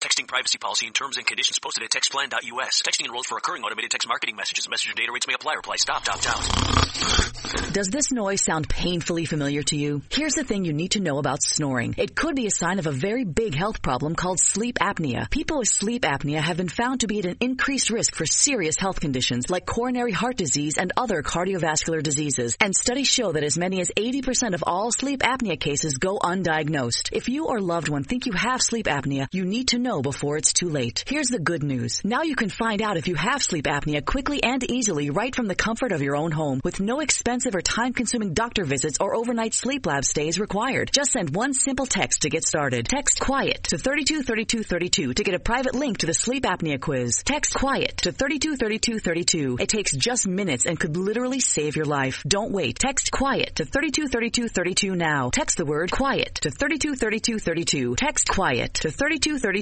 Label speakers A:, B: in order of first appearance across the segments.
A: Texting privacy policy and terms and conditions posted at textplan.us. Texting enrolls for recurring automated text marketing messages. Message and data rates may apply. Reply stop, opt out.
B: Does this noise sound painfully familiar to you? Here's the thing you need to know about snoring. It could be a sign of a very big health problem called sleep apnea. People with sleep apnea have been found to be at an increased risk for serious health conditions like coronary heart disease and other cardiovascular diseases. And studies show that as many as 80% of all sleep apnea cases go undiagnosed. If you or loved one think you have sleep apnea, you need to know before it's too late. Here's the good news. Now you can find out if you have sleep apnea quickly and easily right from the comfort of your own home with no expensive or time consuming doctor visits or overnight sleep lab stays required. Just send one simple text to get started. Text quiet to 323232 to get a private link to the sleep apnea quiz. Text quiet to 323232. It takes just minutes and could literally save your life. Don't wait. Text quiet to 323232 now. Text the word quiet to 323232. Text quiet to 323232.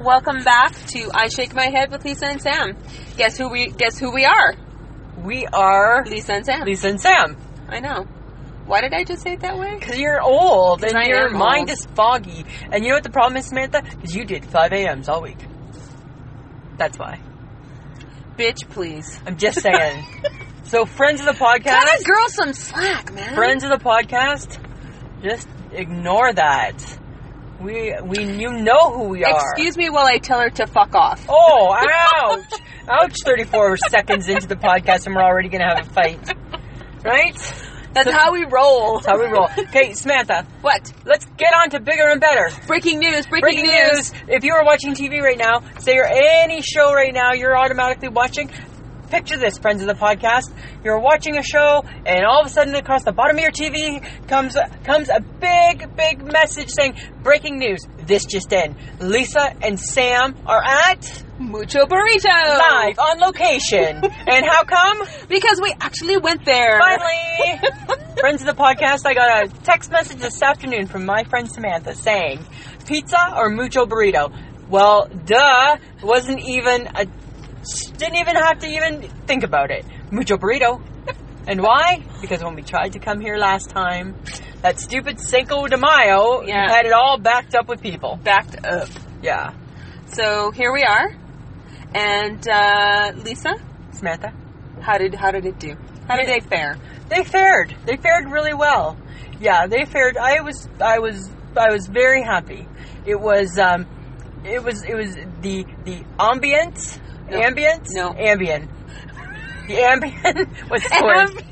C: Welcome back to I Shake My Head with Lisa and Sam. Guess who we guess who we are?
D: We are
C: Lisa and Sam.
D: Lisa and Sam.
C: I know. Why did I just say it that way?
D: Because you're old and
C: I
D: your
C: am old.
D: mind is foggy. And you know what the problem is, Samantha? Because you did 5 a.m.s all week. That's why.
C: Bitch, please.
D: I'm just saying. so, friends of the
C: Cut
D: podcast,
C: a girl some slack, man.
D: friends of the podcast, just ignore that. We, we, you know who we are.
C: Excuse me while I tell her to fuck off.
D: Oh, ouch! ouch! 34 seconds into the podcast, and we're already gonna have a fight. Right?
C: That's how we roll.
D: That's how we roll. Okay, Samantha,
C: What?
D: let's get on to bigger and better.
C: Breaking news, breaking,
D: Breaking news! If you are watching TV right now, say you're any show right now, you're automatically watching. Picture this, friends of the podcast. You're watching a show, and all of a sudden, across the bottom of your TV comes comes a big, big message saying, "Breaking news! This just in: Lisa and Sam are at."
C: Mucho burrito.
D: live on location. and how come?
C: Because we actually went there.
D: Finally, friends of the podcast, I got a text message this afternoon from my friend Samantha saying, "Pizza or mucho burrito?" Well, duh, wasn't even a didn't even have to even think about it. Mucho burrito. And why? Because when we tried to come here last time, that stupid Cinco de Mayo
C: Yeah.
D: had it all backed up with people.
C: Backed up.
D: Yeah.
C: So here we are. And uh, Lisa,
D: Samantha?
C: how did how did it do? How did they fare?
D: they fared. They fared really well. Yeah, they fared. I was, I was, I was very happy. It was, um, it was, it was the the ambience,
C: No.
D: ambience,
C: No.
D: ambient. The ambient. What's the word?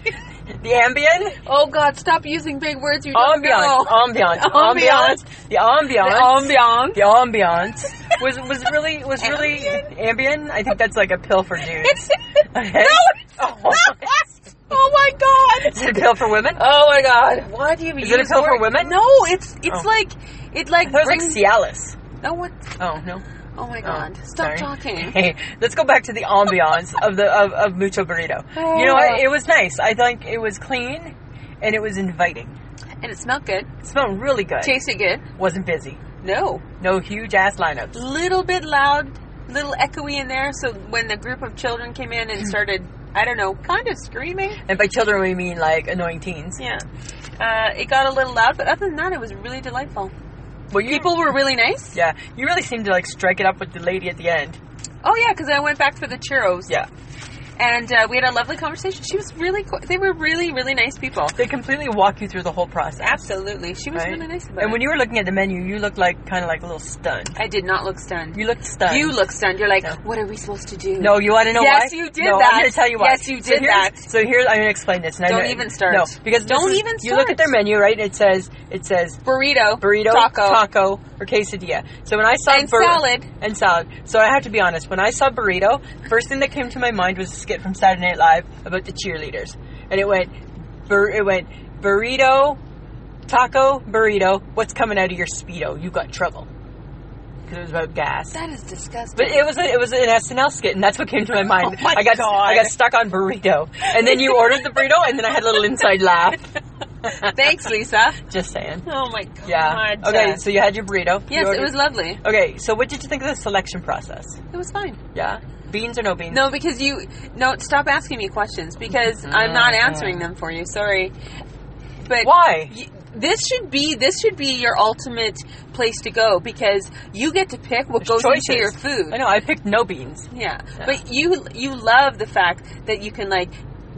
D: The ambient.
C: Oh God! Stop using big words. You don't
D: Ambiance.
C: know.
D: Ambiance.
C: Ambiance.
D: Ambiance. The ambiance.
C: ambiance.
D: The ambiance was was really was really ambient. I think that's like a pill for dudes. Okay. Oh,
C: oh my God!
D: is it a pill for women?
C: Oh my God! Why do you?
D: Is it a
C: use
D: pill for
C: word-
D: women?
C: No, it's it's
D: Oh.
C: like it like
D: That was like
C: brings-
D: Cialis.
C: No, what?
D: Oh no.
C: Oh my God! Stop
D: sorry.
C: talking.
D: Hey, let's go back to the ambiance of the of, of mucho burrito. You know,
C: Oh.
D: what? it was nice. I think it was clean, and it was inviting.
C: And it smelled good.
D: It smelled really good.
C: Tasted good.
D: Wasn't busy.
C: No,
D: No huge ass lineups.
C: little bit loud, little echoey in there. So when the group of children came in and started, I don't know, kind of screaming.
D: And by children, we mean like annoying teens.
C: Yeah, uh, it got a little loud, but other than that, it was really delightful.
D: Well, you,
C: People were really nice.
D: Yeah, you really seemed to like strike it up with the lady at the end.
C: Oh yeah, because I went back for the churros.
D: Yeah,
C: and uh, we had a lovely conversation. She was really, co- they were really, really nice people.
D: they completely walk you through the whole process.
C: Absolutely, she was
D: right?
C: really nice. About
D: And when
C: it.
D: you were looking at the menu, you looked like kind of like a little stunned.
C: I did not look stunned.
D: You looked stunned.
C: You look stunned. You're like,
D: No.
C: what are we supposed to do?
D: No, you want to know why?
C: Yes, you did
D: no,
C: that.
D: I'm going to tell you why.
C: Yes, you
D: so
C: did
D: here's,
C: that.
D: So here's I'm going to explain this. And I
C: Don't
D: know-
C: even start.
D: No, because this
C: Don't
D: is-
C: even
D: You look at their
C: start.
D: menu, right? And it says it says
C: burrito,
D: burrito,
C: taco,
D: taco, or quesadilla. So when I saw
C: and
D: bur-
C: salad.
D: and salad. So I have to be honest. When I saw burrito, first thing that came to my mind was a skit from Saturday Night Live about the cheerleaders, and it went, bur- it went burrito, taco burrito. What's coming out of your speedo? You got trouble because it was about gas.
C: That is disgusting.
D: But it was a, it was an SNL skit, and that's what came to my mind.
C: Oh my
D: I got
C: God.
D: I got stuck on burrito, and then you ordered the burrito, and then I had a little inside laugh.
C: Thanks, Lisa.
D: Just saying.
C: Oh my god.
D: Yeah. Okay, so you had your burrito. You
C: yes, it
D: ordered-
C: was lovely.
D: Okay, so what did you think of the selection process?
C: It was fine.
D: Yeah, beans or no beans?
C: No, because you no stop asking me questions because I'm not
D: Mm-hmm.
C: answering them for you. Sorry, but
D: Why?
C: y- this should be this should be your ultimate place to go because you get to pick what
D: There's
C: goes
D: choices.
C: into your food.
D: I know. I picked no beans.
C: Yeah. but you you love the fact that you can like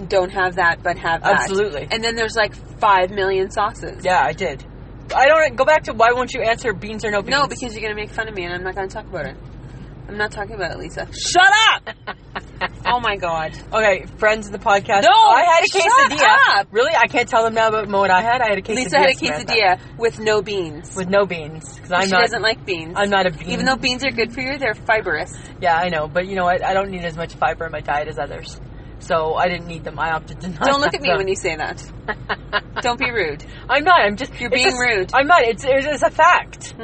C: don't have that but have that.
D: Absolutely.
C: And then there's like five million sauces.
D: Yeah, I did. I don't go back to why won't you answer beans or no beans?
C: No, because you're gonna make fun of me, and I'm not gonna talk about it. I'm not talking about it, Lisa. Shut up! oh my god.
D: okay, friends of the podcast.
C: No,
D: I had a
C: shut
D: quesadilla.
C: up.
D: Really, I can't tell them now about what I had. I had a quesadilla.
C: Lisa had a
D: Samantha,
C: quesadilla with no beans.
D: with no beans because I'm
C: she
D: not.
C: doesn't like beans.
D: I'm not a bean.
C: Even though beans are good for you, they're fibrous.
D: yeah, I know, but you know what? I don't need as much fiber in my diet as others, so I didn't need them. I opted to not.
C: Don't look at
D: have
C: me
D: them.
C: when you say that. Don't be rude.
D: I'm not. I'm just. You're
C: being rude. Mm-hmm.
D: I'm not. It's it was a fact.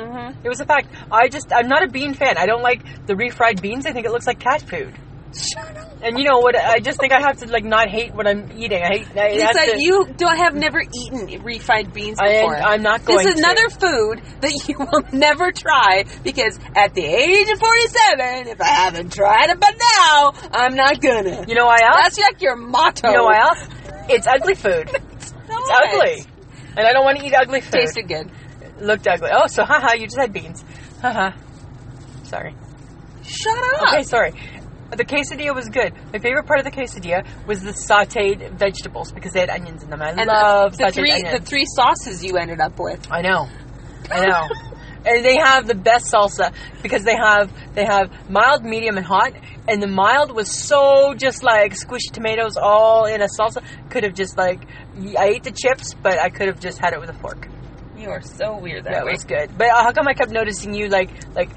D: It was a fact. I just. I'm not a bean fan. I don't like the refried beans. I think it looks like cat food.
C: Shut up.
D: And you know what? I just think I have to like not hate what I'm eating. I hate. I have
C: Lisa,
D: to-
C: you do I have never eaten refried beans
D: I am-
C: before.
D: I'm not
C: This
D: going
C: is
D: to.
C: another food that you will never try because at the age of 47, if I haven't tried it by now, I'm not gonna.
D: You know why else?
C: That's like your motto.
D: You know why else? It's ugly food.
C: No,
D: It's ugly. And I don't want to eat ugly food.
C: Tasted good.
D: Looked ugly. Oh, so haha, you just had beans. Haha. Sorry.
C: Shut up.
D: Okay, sorry. The quesadilla was good. My favorite part of the quesadilla was the sautéed vegetables because they had onions in them. I
C: And
D: love
C: the, the
D: sautéed
C: three the
D: onions.
C: three sauces you ended up with.
D: I know. I know. and they have the best salsa because they have they have mild, medium, and hot. And the mild was so just like squished tomatoes all in a salsa. Could have just like I ate the chips, but I could have just had it with a fork.
C: You are so weird
D: That was good. But uh, how come I kept noticing you like like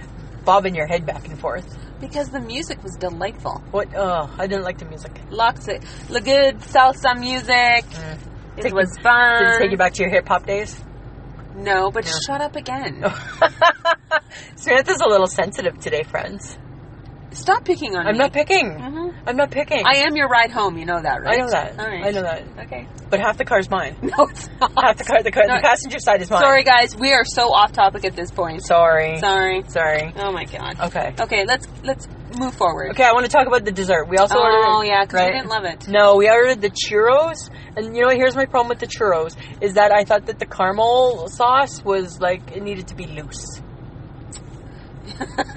D: bobbing your head back and forth?
C: Because the music was delightful.
D: What? Oh, I didn't like the music.
C: Lots of the good salsa music. It
D: Mm. Take-
C: was
D: Did
C: fun.
D: it take you back to your hip hop days?
C: No, but shut up again.
D: Samantha's a little sensitive today, friends.
C: Stop picking on
D: I'm
C: me.
D: not picking.
C: Mhm.
D: I'm not picking.
C: I am your ride home. You know that,
D: I
C: right?
D: know that.
C: All right.
D: I know that.
C: Okay.
D: But half the car's mine.
C: No, it's not.
D: Half the car, the, car,
C: No.
D: the passenger side is mine.
C: Sorry, guys. We are so off topic at this point.
D: Sorry.
C: Sorry.
D: Sorry.
C: Oh my god.
D: Okay.
C: Okay. Let's let's move forward.
D: Okay, I want to talk about the dessert. We also
C: Oh,
D: ordered.
C: yeah, 'cause we didn't love it.
D: No, we ordered the churros, and you know what? Here's my problem with the churros is that I thought that the caramel sauce was like it needed to be loose.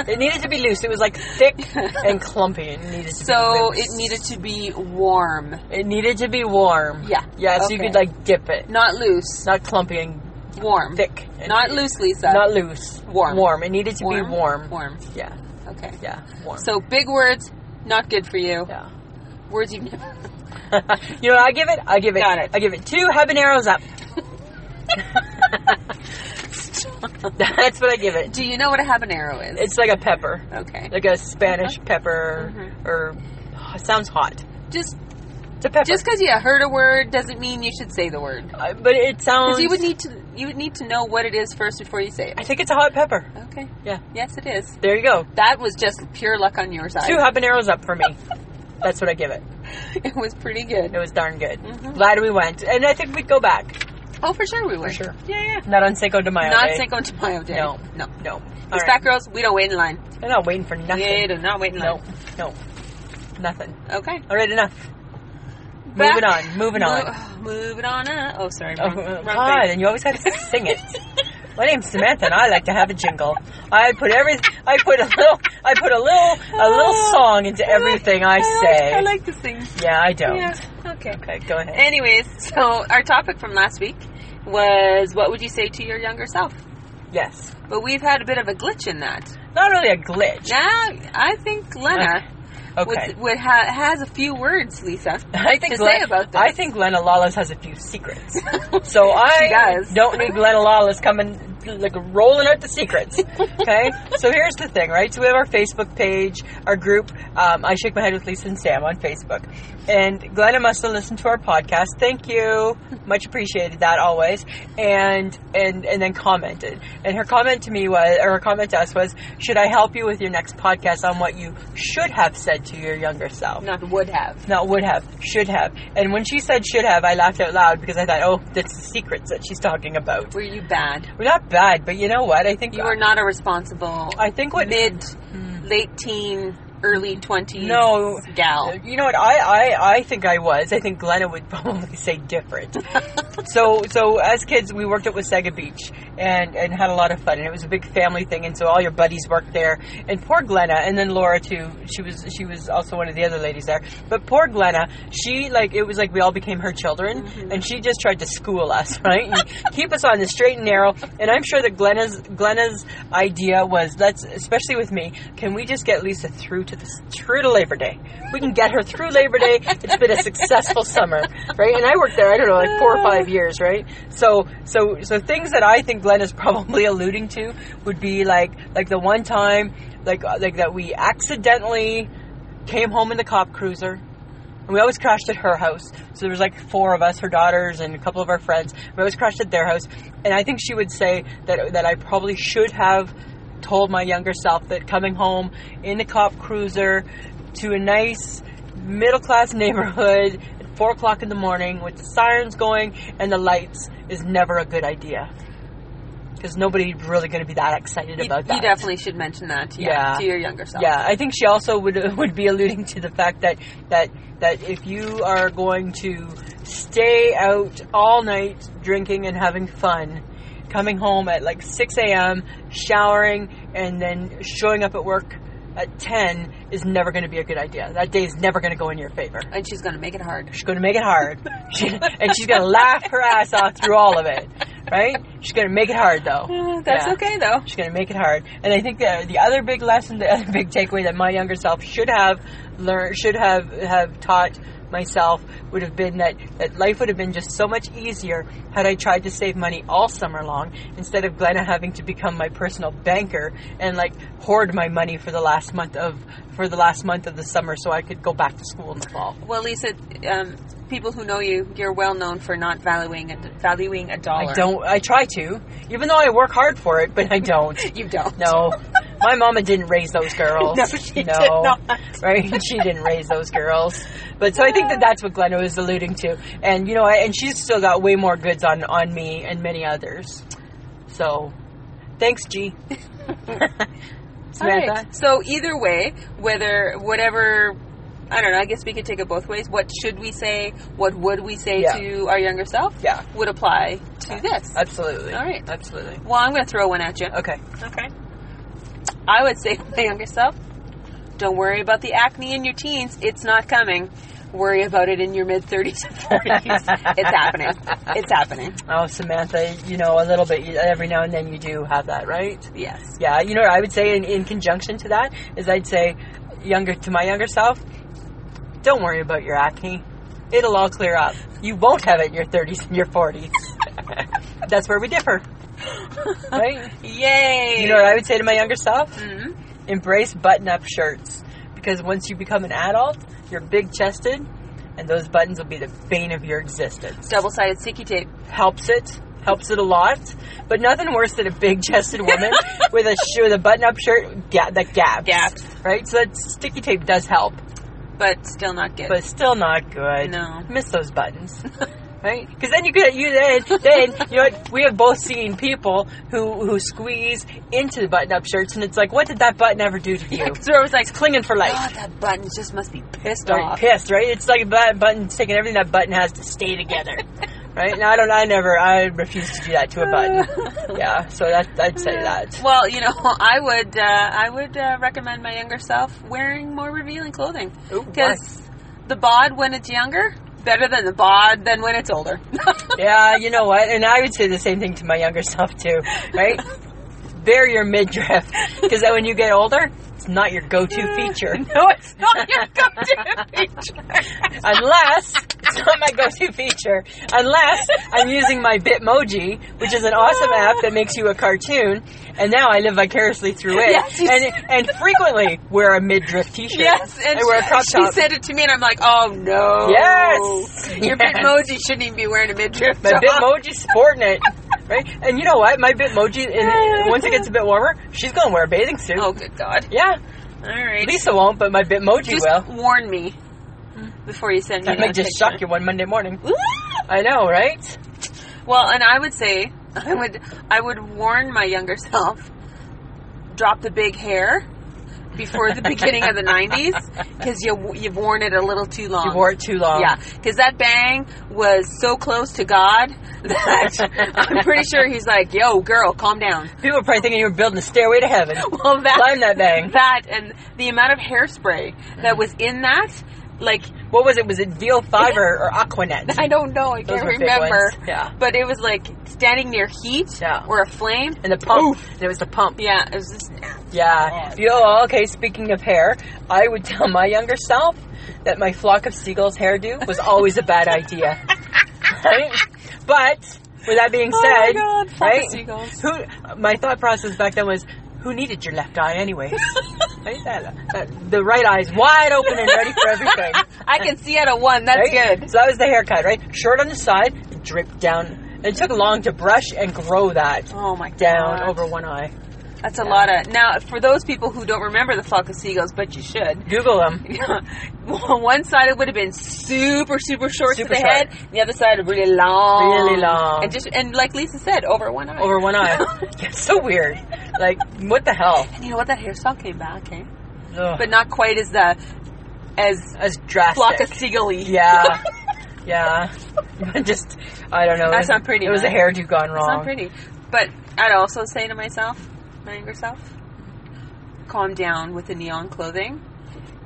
D: it needed to be loose. It was like thick and clumpy. It needed to
C: So
D: be
C: it
D: loose.
C: needed to be warm,
D: it needed to be warm.
C: Yeah.
D: yeah. So you
C: Okay.
D: could like dip it,
C: not loose.
D: not clumpy and
C: warm.
D: thick. and-
C: Not loose, Lisa.
D: not loose.
C: Warm.
D: warm. It needed to be warm.
C: Warm.
D: Yeah,
C: Okay.
D: yeah, warm.
C: So big words, not good for you.
D: yeah.
C: Words you never.
D: you know, what I give it. I give it.
C: Got it.
D: I give it two habaneros up. That's what I give it.
C: Do you know what a habanero is?
D: It's like a pepper,
C: okay.
D: like a Spanish
C: Uh-huh.
D: pepper,
C: Mm-hmm.
D: or oh, it sounds hot.
C: Just
D: It's a pepper,
C: just because you heard a word doesn't mean you should say the word.
D: Uh, but it sounds.
C: Because you would need to you would need to know what it is first before you say
D: I
C: it.
D: think it's a hot pepper.
C: Okay.
D: Yeah,
C: Yes, it is.
D: there you go.
C: That was just pure luck on your side.
D: Two habaneros up for me. That's what I give it.
C: It was pretty
D: It
C: good.
D: was darn good.
C: Mm-hmm.
D: Glad we went, and I think we'd go back.
C: Oh, for sure we were.
D: sure.
C: Yeah, yeah.
D: Not on Cinco de Mayo.
C: Not
D: eh?
C: Cinco de Mayo Day.
D: No.
C: No.
D: No. All
C: These
D: right.
C: fat girls, we don't wait in line.
D: I'm not waiting for nothing.
C: We do not wait in
D: No,
C: line.
D: no, nothing.
C: Okay.
D: All right, enough.
C: Back-
D: Moving on, moving on.
C: Mo- moving on up. Oh, sorry.
D: Oh,
C: Wrong, wrong
D: God,
C: thing.
D: and you always have to sing it. My name's Samantha, and I like to have a jingle. I put every, I put a little, I put a little, a little song into everything I say.
C: Oh, I like, I like to sing.
D: yeah, I don't.
C: Yeah. Okay.
D: Okay, go ahead.
C: Anyways, so our topic from last week was what would you say to your younger self?
D: yes,
C: But we've had a bit of a glitch in that.
D: not really a glitch.
C: Now I think Lena
D: Uh, Okay.
C: would, would ha- has a few words, Lisa.
D: I think
C: to
D: Glenn,
C: say about this.
D: I think Lena Lawless has a few secrets. So I
C: does.
D: don't need Lena Lawless coming like rolling out the secrets. Okay, so here's the thing, right? So we have our Facebook page, our group. Um, I shake my head with Lisa and Sam on Facebook, and Glenna must have listened to our podcast. Thank you, much appreciated that always. And and and then commented. And her comment to me was, or her comment to us was, "Should I help you with your next podcast on what you should have said to your younger self?"
C: Not would have.
D: Not would have, should have. And when she said should have, I laughed out loud because I thought, oh, that's the secrets that she's talking about.
C: Were you bad?
D: We're not bad, but you know what? I think
C: You were not a responsible.
D: I think what
C: mid, late teen, early twenties.
D: No.
C: gal.
D: Uh, You know what? I, I, I think I was. I think Glenna would probably say different. so so as kids, we worked at Wasaga Beach and, and had a lot of fun. And it was a big family thing. And so all your buddies worked there. And poor Glenna, and then Laura too. She was she was also one of the other ladies there. But poor Glenna, she like it was like we all became her children, and she just tried to school us, right? And keep us on the straight and narrow. And I'm sure that Glenna's Glenna's idea was let's, especially with me, can we just get Lisa through to this through to Labor Day? We can get her through Labor Day. It's been a successful summer, right? And I worked there, I don't know, like four or five years, right? So, so, so things that I think Glenn is probably alluding to would be like, like the one time, like, like that we accidentally came home in the cop cruiser. And we always crashed at her house. So there was like four of us, her daughters and a couple of our friends. We always crashed at their house. And I think she would say that that I probably should have told my younger self that coming home in the cop cruiser to a nice middle class neighborhood at four o'clock in the morning with the sirens going and the lights is never a good idea. Because nobody's really going to be that excited
C: You,
D: about that.
C: you definitely should mention that to, your-
D: Yeah.
C: to your younger self.
D: Yeah, I think she also would would be alluding to the fact that that that if you are going to stay out all night drinking and having fun, coming home at like six a.m., showering, and then showing up at work at ten is never going to be a good idea. That day is never going to go in your favor.
C: And she's gonna make it hard.
D: She's going to make it hard, she, and she's going to laugh her ass off through all of it. Right? She's going to make it hard though.
C: Uh, That's
D: Yeah.
C: okay though.
D: She's going to make it hard. And I think that the other big lesson, the other big takeaway that my younger self should have learned, should have have taught myself would have been that, that life would have been just so much easier had I tried to save money all summer long instead of Glenna having to become my personal banker and like hoard my money for the last month of for the last month of the summer so I could go back to school in the fall.
C: Well, Lisa, um, people who know you, you're well known for not valuing a, valuing a dollar.
D: I don't I try to, even though I work hard for it, but I don't.
C: You don't.
D: No. My mama didn't raise those girls.
C: No, she
D: No.
C: did not.
D: Right? She didn't raise those girls. But so I think that that's what Glenna was alluding to. And, you know, I, and she's still got way more goods on, on me and many others. So, thanks, G.
C: All
D: Samantha?
C: right. So either way, whether whatever, I don't know. I guess we could take it both ways. What should we say? What would we say
D: Yeah.
C: to our younger self?
D: Yeah.
C: Would apply to this.
D: Absolutely.
C: All right.
D: Absolutely.
C: Well, I'm going to throw one at you.
D: Okay.
C: Okay. I would say to my younger self, don't worry about the acne in your teens. It's not coming. Worry about it in your mid 30s and 40s. it's happening. It's happening.
D: Oh, Samantha, you know, a little bit, you- every now and then you do have that, right?
C: Yes.
D: Yeah, you know what I would say in, in conjunction to that is I'd say younger to my younger self, don't worry about your acne. It'll all clear up. You won't have it in your 30s and your 40s. That's where we differ. Right?
C: Yay.
D: You know what I would say to my younger self? Embrace button up shirts. Because once you become an adult, you're big chested, and those buttons will be the bane of your existence.
C: Double sided sticky tape.
D: Helps it. Helps it a lot, but nothing worse than a big-chested woman with a sh- with a button-up shirt ga- that gaps
C: Gaps.
D: right? So that sticky tape does help,
C: But still not good.
D: but still not good.
C: No.
D: miss those buttons, right? Because then you get you then then you know what? we have both seen people who who squeeze into the button up shirts, and it's like, what did that button ever do to you?
C: Yeah, 'cause we're always like,
D: it's clinging for life.
C: God, that button just must be pissed
D: Right,
C: off.
D: pissed, right? It's like that button's taking everything that button has to stay together. Right? And I don't. I never. I refuse to do that to a button. Yeah. So that I'd say that.
C: Well, you know, I would uh, I would uh, recommend my younger self wearing more revealing clothing
D: Ooh, why?
C: because the bod when it's younger better than the bod than when it's older.
D: Yeah, you know what? And I would say the same thing to my younger self too, right? Bare your midriff because when you get older, it's not your go-to feature
C: no, it's not your go-to feature.
D: unless it's It's not my go-to feature unless I'm using my Bitmoji, which is an awesome app that makes you a cartoon. And now I live vicariously through it,
C: Yes, you
D: and and frequently wear a midriff T-shirt.
C: Yes, and
D: I wear a crop
C: she
D: top.
C: said it to me, and I'm like, oh no.
D: Yes.
C: Your
D: Yes.
C: Bitmoji shouldn't even be wearing a midriff.
D: My
C: top.
D: Bitmoji's sporting it. Right? And you know what? My Bitmoji, in, once it gets a bit warmer, she's going to wear a bathing suit.
C: Oh, good God.
D: Yeah.
C: All right.
D: Lisa won't, but my Bitmoji
C: just
D: will.
C: warn me before you send me
D: I might
C: that picture.
D: just shock you one Monday morning. I know, right?
C: Well, and I would say I would I would warn my younger self drop the big hair before the beginning of the 90s cuz you you've worn it a little too long.
D: You wore it too long.
C: Yeah, cuz that bang was so close to God that I'm pretty sure he's like, "Yo, girl, calm down."
D: People are probably thinking you were building a stairway to heaven.
C: Well, that
D: Climb that bang.
C: that and the amount of hairspray
D: Mm.
C: that was in that like
D: What was it? Was it VO5 or, or Aquanet?
C: I don't know. I
D: Those
C: can't
D: were big
C: remember.
D: ones. Yeah.
C: But it was like standing near heat
D: Yeah.
C: or a flame.
D: And the pump. And it was the pump.
C: Yeah, it was just
D: Oh, Yeah. Yo, okay, speaking of hair, I would tell my younger self that my flock of seagulls hairdo was always a bad idea. right? But with that being
C: Oh my
D: said,
C: God, flock of
D: right?
C: seagulls.
D: Who my thought process back then was who needed your left eye anyways? right? That, that- the right eye's wide open and ready for everything.
C: I can see out of one. That's
D: right?
C: good.
D: So that was the haircut, right? Short on the side, dripped down. It took long to brush and grow that
C: Oh my god.
D: down over one eye.
C: That's a lot of. Now, for those people who don't remember the flock of seagulls, but you should.
D: Google them.
C: one side it would have been super, super short
D: Super
C: to the
D: short.
C: head. and The other side really long,
D: Really long.
C: and just and like Lisa said, over one eye.
D: over one eye. Yeah, it's so weird. Like, what the hell?
C: And you know what? That hairstyle came back, eh?
D: Ugh.
C: But not quite as the as
D: As drastic.
C: flock of seagull-y.
D: yeah, yeah. Just, I don't know.
C: That's
D: It was-
C: not pretty,
D: It was a
C: man.
D: hairdo gone
C: It's
D: wrong.
C: not pretty. But I'd also say to myself, my younger self, calm down with the neon clothing.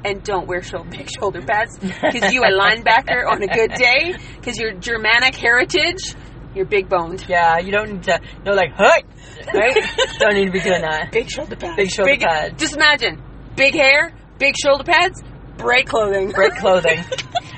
C: And don't wear shou- big shoulder pads because you a linebacker on a good day because your Germanic heritage, you're big boned.
D: Yeah, you don't need to. No, like, hut. Right? don't need to be doing that.
C: Big shoulder pads.
D: Big shoulder pads.
C: Just imagine big hair, big shoulder pads, bright clothing.
D: Great clothing.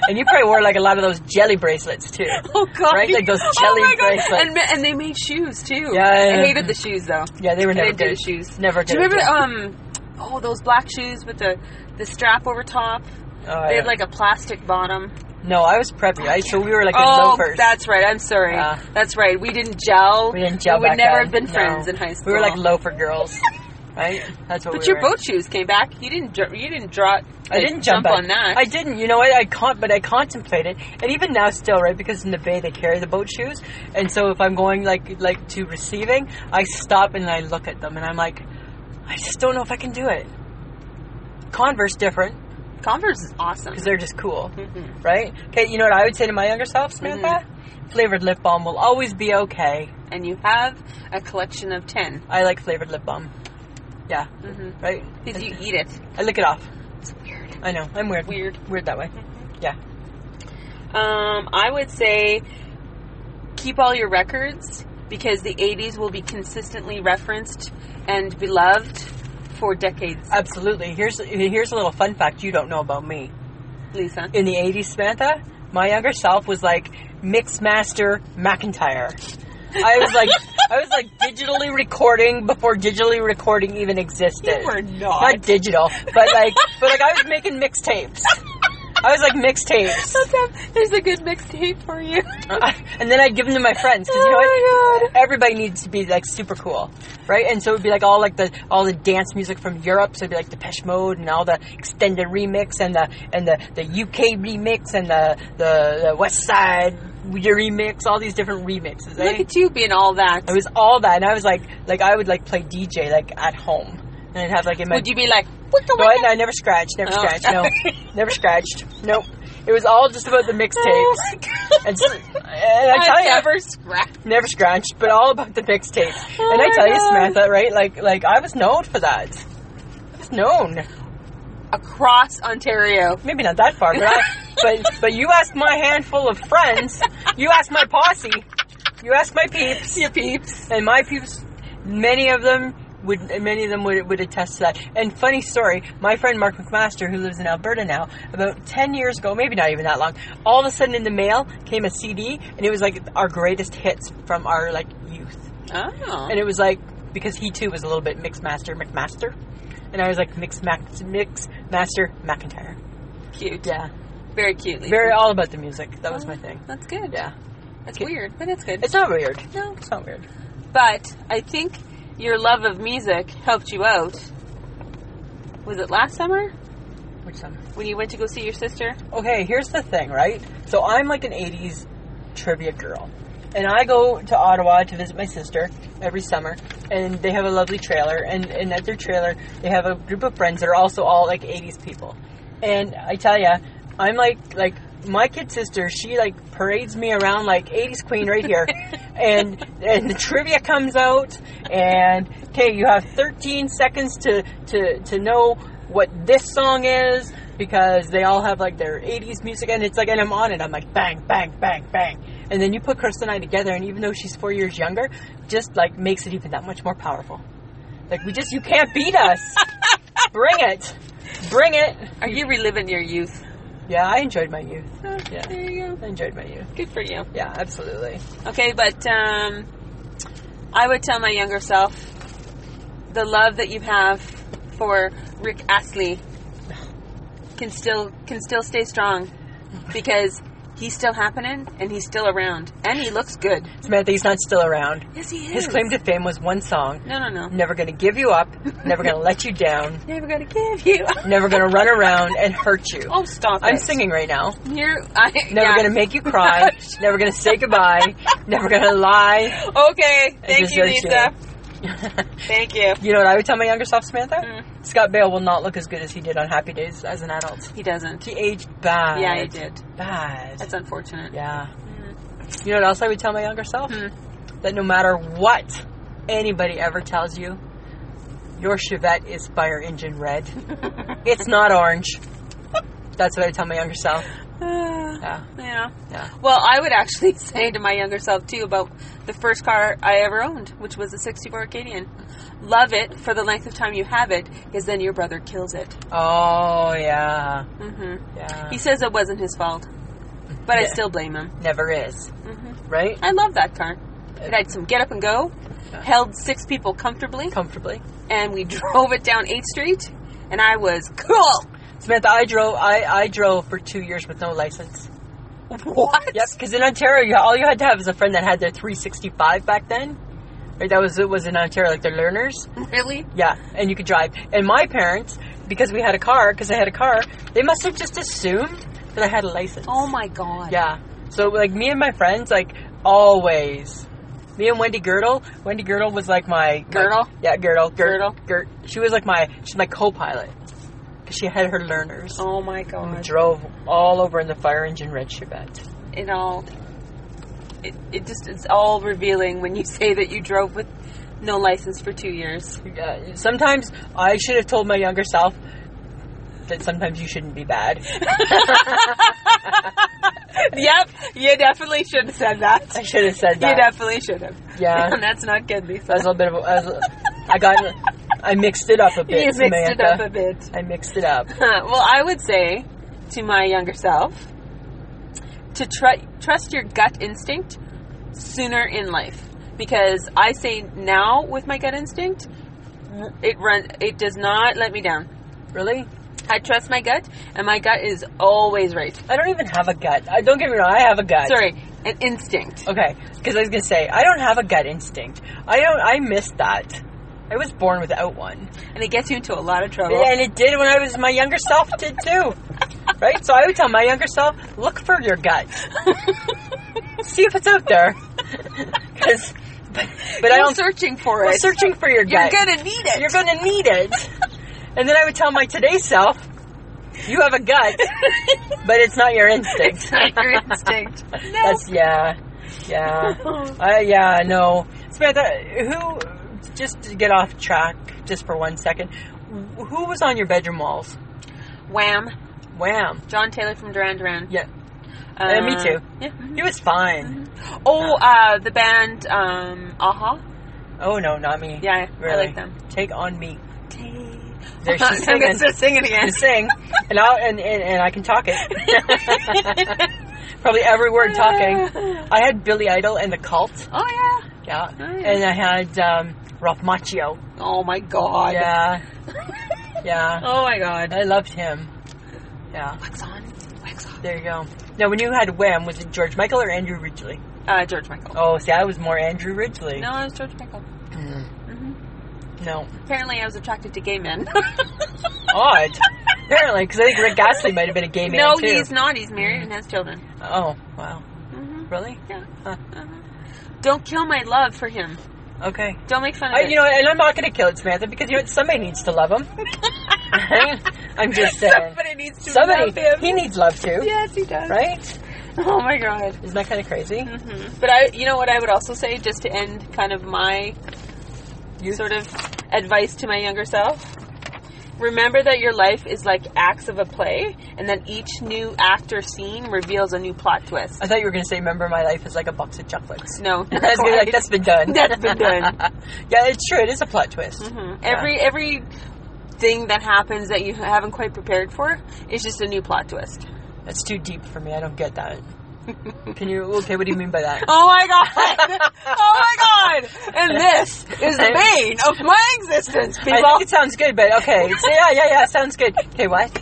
D: And you probably wore like a lot of those jelly bracelets too.
C: Oh god!
D: Right, like those
C: Oh,
D: jelly
C: my God.
D: bracelets.
C: And, ma- and they made shoes too.
D: Yeah, yeah, yeah.
C: I hated the shoes though.
D: Yeah, they were
C: They
D: never
C: did the
D: good.
C: shoes.
D: Never
C: Do you
D: good.
C: remember um oh those black shoes with the the strap over top?
D: Oh,
C: They
D: yeah.
C: had like a plastic bottom.
D: no, I was preppy. I so we were like in
C: oh,
D: loafers.
C: that's right. I'm sorry.
D: Yeah.
C: That's right. We didn't gel.
D: we didn't gel
C: We would
D: back
C: never
D: then.
C: have been
D: No.
C: friends in high school.
D: We were like loafer girls, right? That's what.
C: But
D: we
C: your
D: were.
C: boat shoes came back. You didn't. dr- You didn't draw.
D: I
C: like,
D: didn't jump,
C: on
D: at-
C: that.
D: I didn't. You know what? I con- but I contemplated, and even now, still, right? Because in the bay they carry the boat shoes, and so if I'm going like like to receiving, I stop and I look at them, and I'm like, I just don't know if I can do it. Converse different
C: Converse is awesome.
D: because they're just cool,
C: Mm-hmm.
D: right? Okay, you know what I would say to my younger self, Samantha? Flavored lip balm will always be okay.
C: And you have a collection of ten
D: I like flavored lip balm. Yeah, right.
C: because Mm-hmm. you eat it.
D: I lick it off.
C: It's weird.
D: I know I'm weird.
C: Weird. Mm-hmm.
D: Weird that way. Yeah.
C: Um, I would say keep all your records because the 80s will be consistently referenced and beloved for decades,
D: Absolutely. Here's here's a little fun fact you don't know about me.
C: Lisa.
D: In the 80s, Samantha, my younger self was like Mixmaster McIntyre. I was like I was like digitally recording before digitally recording even existed.
C: You were not.
D: Not digital, but like but like I was making mixtapes. I was like mixtapes.
C: There's a good mixtape for you.
D: and then I'd give them to my friends because you know
C: Oh
D: what? Everybody needs to be like super cool, right? And so it'd be like all like the all the dance music from Europe. So it'd be like Depeche Mode and all the extended remix and the and the, the UK remix and the the, the West Side remix. All these different remixes.
C: Look
D: Eh?
C: at you being all that.
D: It was all that, and I was like like I would like play DJ like at home, and I'd have like in my
C: Would you be like, what the
D: no, I, I never scratched, never
C: Oh.
D: scratched, no, never scratched, nope. It was all just about the
C: Oh
D: mixtapes.
C: my God.
D: And, just, and I tell
C: I
D: you,
C: never scrapped.
D: never scratched, but all about the mixtapes.
C: Oh
D: and I
C: my
D: tell you,
C: God.
D: Samantha, right? Like, like I was known for that. I was known.
C: Across Ontario.
D: Maybe not that far, but I, but but you ask my handful of friends, you ask my posse, you ask my peeps,
C: Your peeps.
D: and my peeps. Many of them would many of them would would attest to that. And funny story, my friend Mark McMaster, who lives in Alberta now, about ten years ago, maybe not even that long, all of a sudden in the mail came a CD, and it was like our greatest hits from our like youth,
C: Oh.
D: and it was like because he too was a little bit mixed master McMaster, and I was like mixed max mix master McIntyre.
C: cute.
D: Yeah,
C: Very cutely.
D: very all about the music. That was my thing.
C: That's good.
D: Yeah,
C: That's
D: Cute.
C: weird, but that's good.
D: it's not weird.
C: Uh, no,
D: It's not weird.
C: but I think your love of music helped you out. Was it last summer
D: Which song?
C: when you went to go see your sister?
D: okay, here's the thing, right? So I'm like an 80s trivia girl. And I go to Ottawa to visit my sister every summer, and they have a lovely trailer. And, and at their trailer, they have a group of friends that are also all like 80s people. And I tell ya, I'm like like my kid sister. She like parades me around like 80s queen right here, and and the trivia comes out, and okay, you have 13 seconds to to to know what this song is because they all have like their 80s music and it's like and i'm on it i'm like bang bang bang bang and then you put chris and i together and even though she's four years younger just like makes it even that much more powerful like we just you can't beat us bring it bring it
C: Are you reliving your youth?
D: yeah i enjoyed my youth
C: Yeah.
D: Yeah.
C: There you go.
D: i enjoyed my youth
C: Good for you.
D: yeah absolutely
C: Okay, but um, I would tell my younger self the love that you have for Rick Astley can still can still stay strong because he's still happening and he's still around and he looks good.
D: samantha he's not still around
C: Yes, he is.
D: his claim to fame was one song
C: no, no, no.
D: never gonna give you up never gonna let you down
C: Never gonna give you.
D: never gonna run around and hurt you
C: oh, stop!
D: i'm
C: it.
D: singing right now
C: You're I,
D: Never
C: yeah.
D: gonna make you cry. never gonna say goodbye. Never gonna lie.
C: Okay, thank
D: just
C: you,
D: don't
C: Lisa. Thank you.
D: You know what I would tell my younger self, Samantha?
C: Mm.
D: Scott Bale will not look as good as he did on Happy Days as an adult.
C: He doesn't.
D: He aged bad.
C: Yeah, he did.
D: Bad.
C: That's unfortunate.
D: yeah.
C: Mm.
D: You know what else I would tell my younger self? That no matter what anybody ever tells you, your Chevette is fire engine red. it's not orange. That's what I tell my younger self.
C: Ah.
D: Yeah.
C: Yeah.
D: Yeah.
C: Well, I would actually say to my younger self too about the first car I ever owned, which was a '64 Acadian. Love it for the length of time you have it, because then your brother kills it.
D: Oh yeah.
C: hmm
D: Yeah.
C: He says it wasn't his fault, but I
D: Yeah. Mm-hmm.
C: still blame him.
D: never is. Right?
C: I love that car. It had some get up and go, held six people comfortably,
D: Comfortably.
C: and we drove it down 8th Street, and I was cool.
D: Samantha, I drove. I, I drove for two years with no license.
C: What?
D: Yep, because in Ontario, you, all you had to have was a friend that had their 365 back then. Right, that was it was in Ontario, like their learners.
C: Really?
D: Yeah, and you could drive. And my parents, because we had a car, because I had a car, they must have just assumed that I had a license.
C: Oh my god.
D: Yeah. So like me and my friends, like always. Me and Wendy Girdle. Wendy Girdle was like my
C: Girdle?
D: yeah, Girdle.
C: Girdle.
D: Girt. She was like my she's my co-pilot. 'Cause she had her learners.
C: Oh my god.
D: drove all over in the fire engine red Chevette.
C: it all it, it just it's all revealing when you say that you drove with no license for two years
D: Uh, sometimes I should have told my younger self that sometimes you shouldn't be bad.
C: yep you definitely should have said that
D: I should have said
C: you
D: that.
C: definitely should have
D: Yeah.
C: and that's not good lisa
D: That was a little bit of. A, that was a- I got. I mixed it up a bit.
C: you mixed it
D: Samantha.
C: up a bit
D: I mixed it up.
C: well i would say to my younger self to tr- trust your gut instinct sooner in life because i say now with my gut instinct it run it does not let me down
D: Really?
C: I trust my gut, and my gut is always right.
D: I don't even have a gut. I don't get me wrong. I have a gut.
C: Sorry, an instinct.
D: Okay, because I was gonna say I don't have a gut instinct. I don't. I missed that. I was born without one.
C: And it gets you into a lot of trouble.
D: And it did when I was my younger self did too. Right? So I would tell my younger self, look for your gut. See if it's out there. 'Cause- but but I
C: You're
D: don't
C: searching for
D: we're
C: it.
D: searching for your
C: You're
D: gut.
C: gonna need it.
D: You're gonna need it. and then I would tell my today self, you have a gut, but it's not your instinct.
C: It's not your instinct. No.
D: That's yeah, yeah, I yeah no. Samantha, who? Just to get off track, just for one second, who was on your bedroom walls?
C: Wham.
D: Wham!
C: John Taylor from Duran Duran.
D: Yeah,
C: Uh,
D: yeah, me too.
C: Yeah.
D: He was fine.
C: Oh, uh, the band um, Aha.
D: Oh no, not me.
C: Yeah, I
D: really.
C: like them.
D: Take on me. There
C: I'm
D: she's singing.
C: gonna start singing again.
D: and sing, and I and, and, and I can talk it. Probably every word talking. I had Billy Idol and the Cult.
C: Oh yeah.
D: Yeah,
C: Nice.
D: and I had um, Ralph Macchio.
C: Oh my god.
D: Yeah, yeah.
C: Oh my god.
D: I loved him. Yeah,
C: Wax on. Wax off.
D: there you go. Now, when you had Wham, was it George Michael or Andrew Ridgely?
C: Uh, George Michael.
D: Oh, see, I was more Andrew Ridgely.
C: No, I was George Michael.
D: no.
C: Apparently, I was attracted to gay men.
D: odd. Apparently, because I think Rick Astley might have been a gay man
C: no,
D: too.
C: he's not. He's married and has children.
D: Oh, wow. Really?
C: Yeah.
D: Mm-hmm.
C: Uh-huh.
D: Huh.
C: Don't kill my love for him.
D: Okay.
C: Don't make fun of
D: I,
C: it.
D: you know, and I'm not going to kill it, Samantha, because you know what? somebody needs to love him. I'm just saying.
C: somebody needs to
D: Somebody,
C: love him.
D: he needs love too,
C: yes, he does.
D: right?
C: Oh my god.
D: Isn't that kind of crazy?
C: But I, you know what I would also say, just to end kind of my
D: You-
C: sort of advice to my younger self. Remember that your life is like acts of a play, and that each new act or scene reveals a new plot twist.
D: I thought you were going to say, "Remember, my life is like a box of chocolates."
C: No,
D: I was gonna be like, that's been done.
C: That's been done. Mm-hmm.
D: yeah, it's true. It is a plot twist.
C: every every thing that happens that you haven't quite prepared for is just a new plot twist.
D: That's too deep for me. I don't get that. Can you? Okay, what do you mean by that?
C: Oh my god! oh my god! And this is the bane of my existence, people.
D: I think it sounds good, but okay. It's- yeah, yeah, yeah. Sounds good. Okay, what?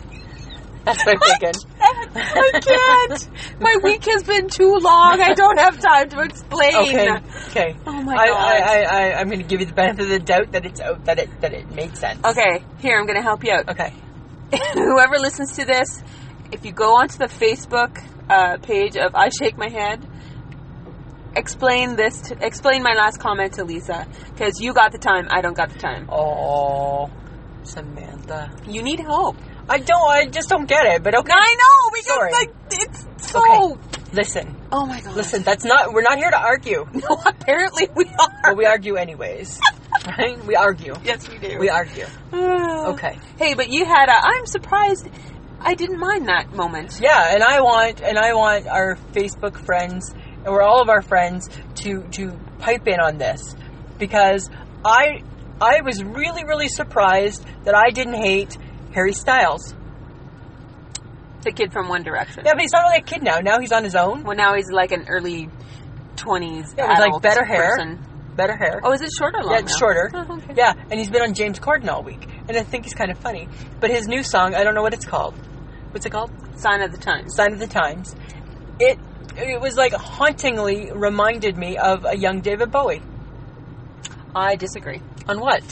D: That's what I'm thinking.
C: I can't. My week has been too long. I don't have time to explain.
D: Okay. Okay.
C: Oh my
D: I,
C: God.
D: I, I, I, I'm going to give you the benefit of the doubt that it's out, that it that it made sense.
C: Okay, here I'm going to help you out.
D: Okay.
C: Whoever listens to this, if you go onto the Facebook uh, page of I Shake My Head, explain this. To, explain my last comment to Lisa because you got the time. I don't got the time.
D: Oh, Samantha.
C: You need help.
D: I don't. I just don't get it. But okay.
C: I know because
D: Sorry.
C: like it's so.
D: Listen,
C: Oh my god!
D: listen. That's not. We're not here to argue.
C: no, apparently we are.
D: But we argue anyways. Right? We argue.
C: yes, we do.
D: We argue. Okay.
C: Hey, but you had a. I'm surprised. I didn't mind that moment.
D: Yeah, and I want and I want our Facebook friends or all of our friends to to pipe in on this because I I was really really surprised that I didn't hate Harry Styles.
C: The kid from One Direction.
D: Yeah, but he's not really a kid now. Now he's on his own.
C: Well, now he's like an early twenties.
D: Yeah, with like better hair,
C: Person.
D: better hair.
C: Oh, is it short or long?
D: yeah, it's
C: now?
D: shorter.
C: Oh, okay.
D: Yeah, and he's been on James Corden all week, and I think he's kind of funny. But his new song, I don't know what it's called. What's it called?
C: Sign of the times.
D: Sign of the Times. It it was like hauntingly reminded me of a young David Bowie.
C: I disagree.
D: On what?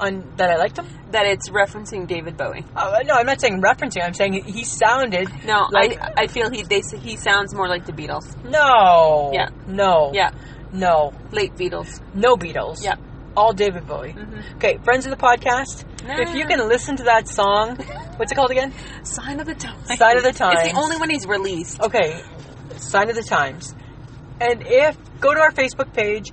D: On that I liked him?
C: That it's referencing David Bowie.
D: Oh, no, I'm not saying referencing. I'm saying he sounded
C: No,
D: like
C: I I feel he they he sounds more like the Beatles.
D: no,
C: Yeah.
D: no,
C: Yeah,
D: no,
C: late Beatles.
D: no Beatles.
C: Yeah. Mm-hmm.
D: all David Bowie. Okay, friends of the podcast,
C: No,
D: if
C: no,
D: you
C: no.
D: can listen to that song, what's it called again?
C: Sign of the times.
D: Sign of the
C: It's
D: Times.
C: the only one he's released.
D: Okay, Sign of the Times. And if go to our Facebook page,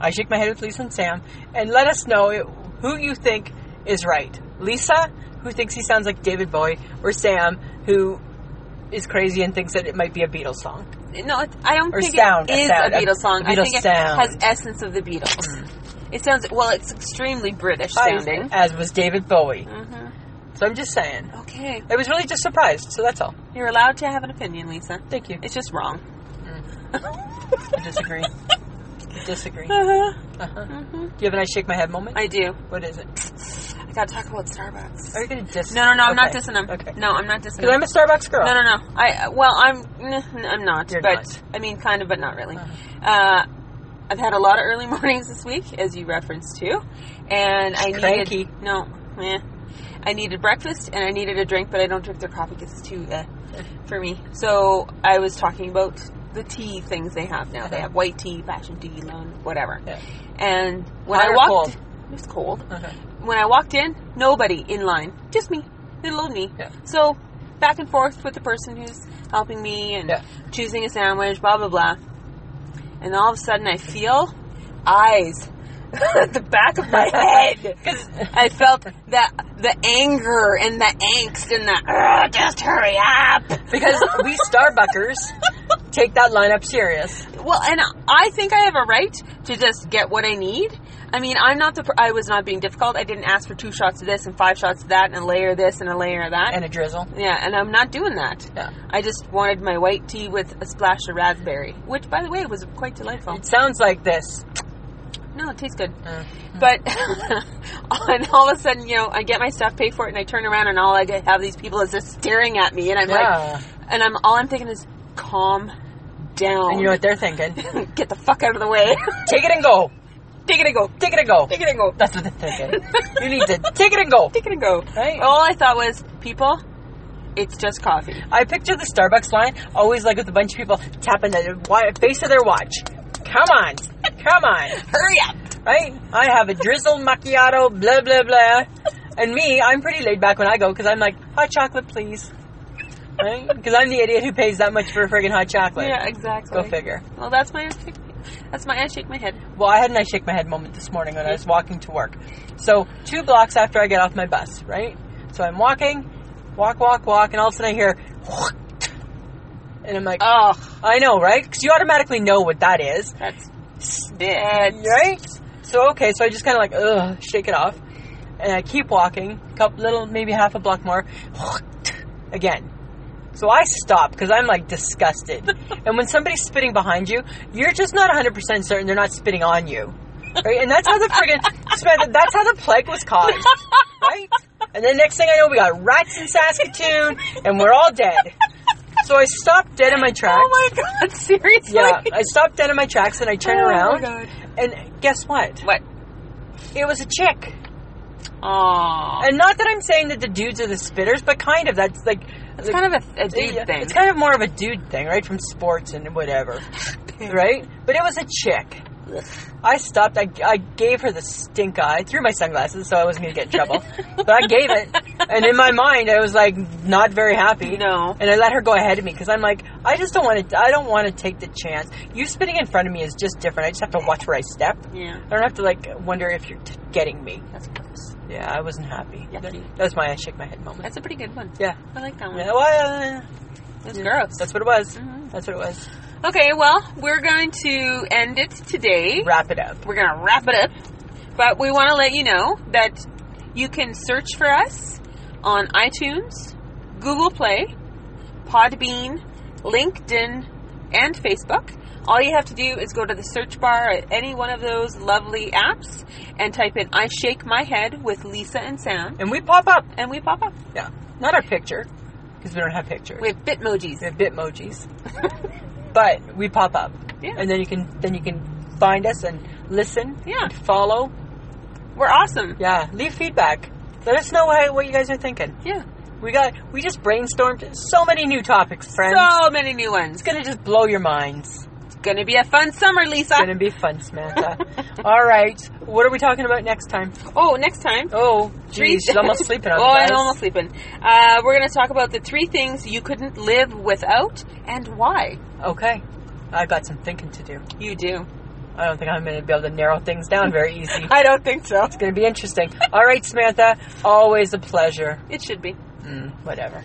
D: I shake my head with Lisa and Sam, and let us know who you think is right. Lisa, who thinks he sounds like David Bowie, or Sam, who is crazy and thinks that it might be a Beatles song.
C: No, it, I don't
D: Or
C: think
D: sound,
C: it
D: a
C: is
D: sound,
C: a
D: a-
C: Beatles song.
D: a
C: I think
D: Beatles
C: it
D: sound. Mm.
C: has essence of the Beatles. It sounds well. It's extremely British sounding. Mm-hmm.
D: As was David Bowie. So I'm just saying.
C: Okay,
D: I was really just surprised, so that's all.
C: you're allowed to have an opinion, Lisa.
D: Thank you.
C: It's just wrong.
D: I disagree. disagree. Uh-huh. Do you have an I shake my head moment?
C: I do.
D: what is it?
C: I gotta talk about Starbucks.
D: Are you going to diss?
C: No, no, no. I'm not
D: Okay.
C: dissing him.
D: Okay.
C: No, I'm not dissing
D: Because
C: him.
D: I'm a Starbucks girl.
C: No, no, no. I well, I'm mm, I'm not,
D: You're
C: but
D: not. Uh-huh.
C: I mean, kind of, but not really. Uh, I've had a lot of early mornings this week, as you referenced too, and I
D: Cranky.
C: needed no, eh. I needed breakfast and I needed a drink, but I don't drink their coffee because it's too eh, for me. So I was talking about the tea things they have now.
D: Uh-huh.
C: They have white tea, fashion tea, lone, whatever.
D: Yeah.
C: And when
D: Hot
C: I
D: or
C: walked,
D: cold?
C: it was cold
D: Okay.
C: when I walked in, nobody in line, just me, little old me.
D: Yeah.
C: So back and forth with the person who's helping me and
D: Yeah.
C: choosing a sandwich, blah blah blah. And all of a sudden, I feel eyes at the back of my head. I felt that the anger and the angst and the "Ugh, just hurry up.
D: Because we Starbuckers take that lineup serious.
C: Well, and I think I have a right to just get what I need. I mean, I'm not the. Per- I was not being difficult. I didn't ask for two shots of this and five shots of that and a layer of this and a layer of that.
D: and a drizzle.
C: yeah, and I'm not doing that.
D: Yeah.
C: I just wanted my white tea with a splash of raspberry, which, by the way, was quite delightful.
D: It sounds like this.
C: No, it tastes good.
D: Uh,
C: But and all of a sudden, you know, I get my stuff, pay for it, and I turn around, and all I get, have these people is just staring at me, and I'm
D: Yeah.
C: like, and I'm all I'm thinking is, calm down.
D: and you know what they're thinking?
C: get the fuck out of the way.
D: Take it and go.
C: Take it and go.
D: Take it and go.
C: Take it and go.
D: That's what they're thinking. you need to take it and go.
C: Take it and go.
D: Right.
C: All I thought was, people, it's just coffee.
D: I picture the Starbucks line always like with a bunch of people tapping the wa- face of their watch. Come on, come on,
C: Hurry up.
D: right? I have a drizzle macchiato, blah blah blah. And me, I'm pretty laid back when I go because I'm like hot chocolate, please, right? Because I'm the idiot who pays that much for a friggin' hot chocolate.
C: yeah, exactly.
D: Go figure.
C: Well, that's my that's my I shake my head.
D: Well, I had an I shake my head moment this morning when I was walking to work. So, two blocks after I get off my bus, right? So I'm walking, walk, walk, walk, and all of a sudden I hear, and I'm like,
C: Oh,
D: I know, right? Because you automatically know what that is,
C: that's bad.
D: right? So, okay, so I just kind of like, ugh, shake it off. And I keep walking, couple little, maybe half a block more, again. So I stop because I'm like disgusted. and when somebody's spitting behind you, you're just not 100% certain they're not spitting on you. Right? And that's how the friggin', Samantha, that's how the plague was caused. Right? And then next thing I know, we got rats in Saskatoon and we're all dead. So I stopped dead in my tracks.
C: Oh my god, seriously?
D: Yeah, I stopped dead in my tracks and I turned
C: Oh my
D: around.
C: God.
D: And guess what?
C: What?
D: It was a chick.
C: Aw.
D: And not that I'm saying that the dudes are the spitters, but kind of. That's like.
C: It's kind of a, a dude thing.
D: It's kind of more of a dude thing, right? From sports and whatever. right? But it was a chick. I stopped. I, I gave her the stink eye. I threw my sunglasses, so I wasn't going to get in trouble. but I gave it. And in my mind, I was like, not very happy.
C: No.
D: And I let her go ahead of me because I'm like, I just don't want to. I don't want to take the chance. You spitting in front of me is just different. I just have to watch where I step.
C: yeah,
D: I don't have to like wonder if you're t- getting me.
C: that's gross.
D: Yeah, I wasn't happy.
C: Yucky.
D: That, that was my I shake my head moment.
C: That's a pretty good one.
D: yeah.
C: I like that one.
D: Yeah, well, uh,
C: That's gross.
D: that's what it was.
C: Mm-hmm.
D: That's what it was.
C: okay, well, we're going to end it today.
D: Wrap it up.
C: We're going to wrap it up. But we want to let you know that you can search for us on iTunes, Google Play, Podbean, LinkedIn, and Facebook. All you have to do is go to the search bar at any one of those lovely apps and type in I Shake My Head with Lisa and Sam,
D: And we pop up.
C: and we pop up.
D: Yeah. Not our picture, because we don't have pictures.
C: We have Bitmojis.
D: We have Bitmojis. but we pop up.
C: Yeah.
D: And then you can then you can find us and listen.
C: Yeah.
D: and follow.
C: We're awesome.
D: Yeah. Leave feedback. Let us know what, what you guys are thinking.
C: Yeah.
D: We got we just brainstormed so many new topics, friends.
C: So many new ones.
D: it's gonna just blow your minds.
C: It's gonna be a fun summer, Lisa.
D: It's gonna be fun, Samantha. All right. What are we talking about next time?
C: Oh, next time.
D: Oh, geez, she's almost sleeping on
C: oh,
D: it, guys.
C: I'm almost sleeping. Uh, we're gonna talk about the three things you couldn't live without and why.
D: Okay. I've got some thinking to do.
C: You do.
D: I don't think I'm going to be able to narrow things down very easy.
C: I don't think so.
D: It's going to be interesting. All right, Samantha, always a pleasure.
C: It should be.
D: Mm, whatever.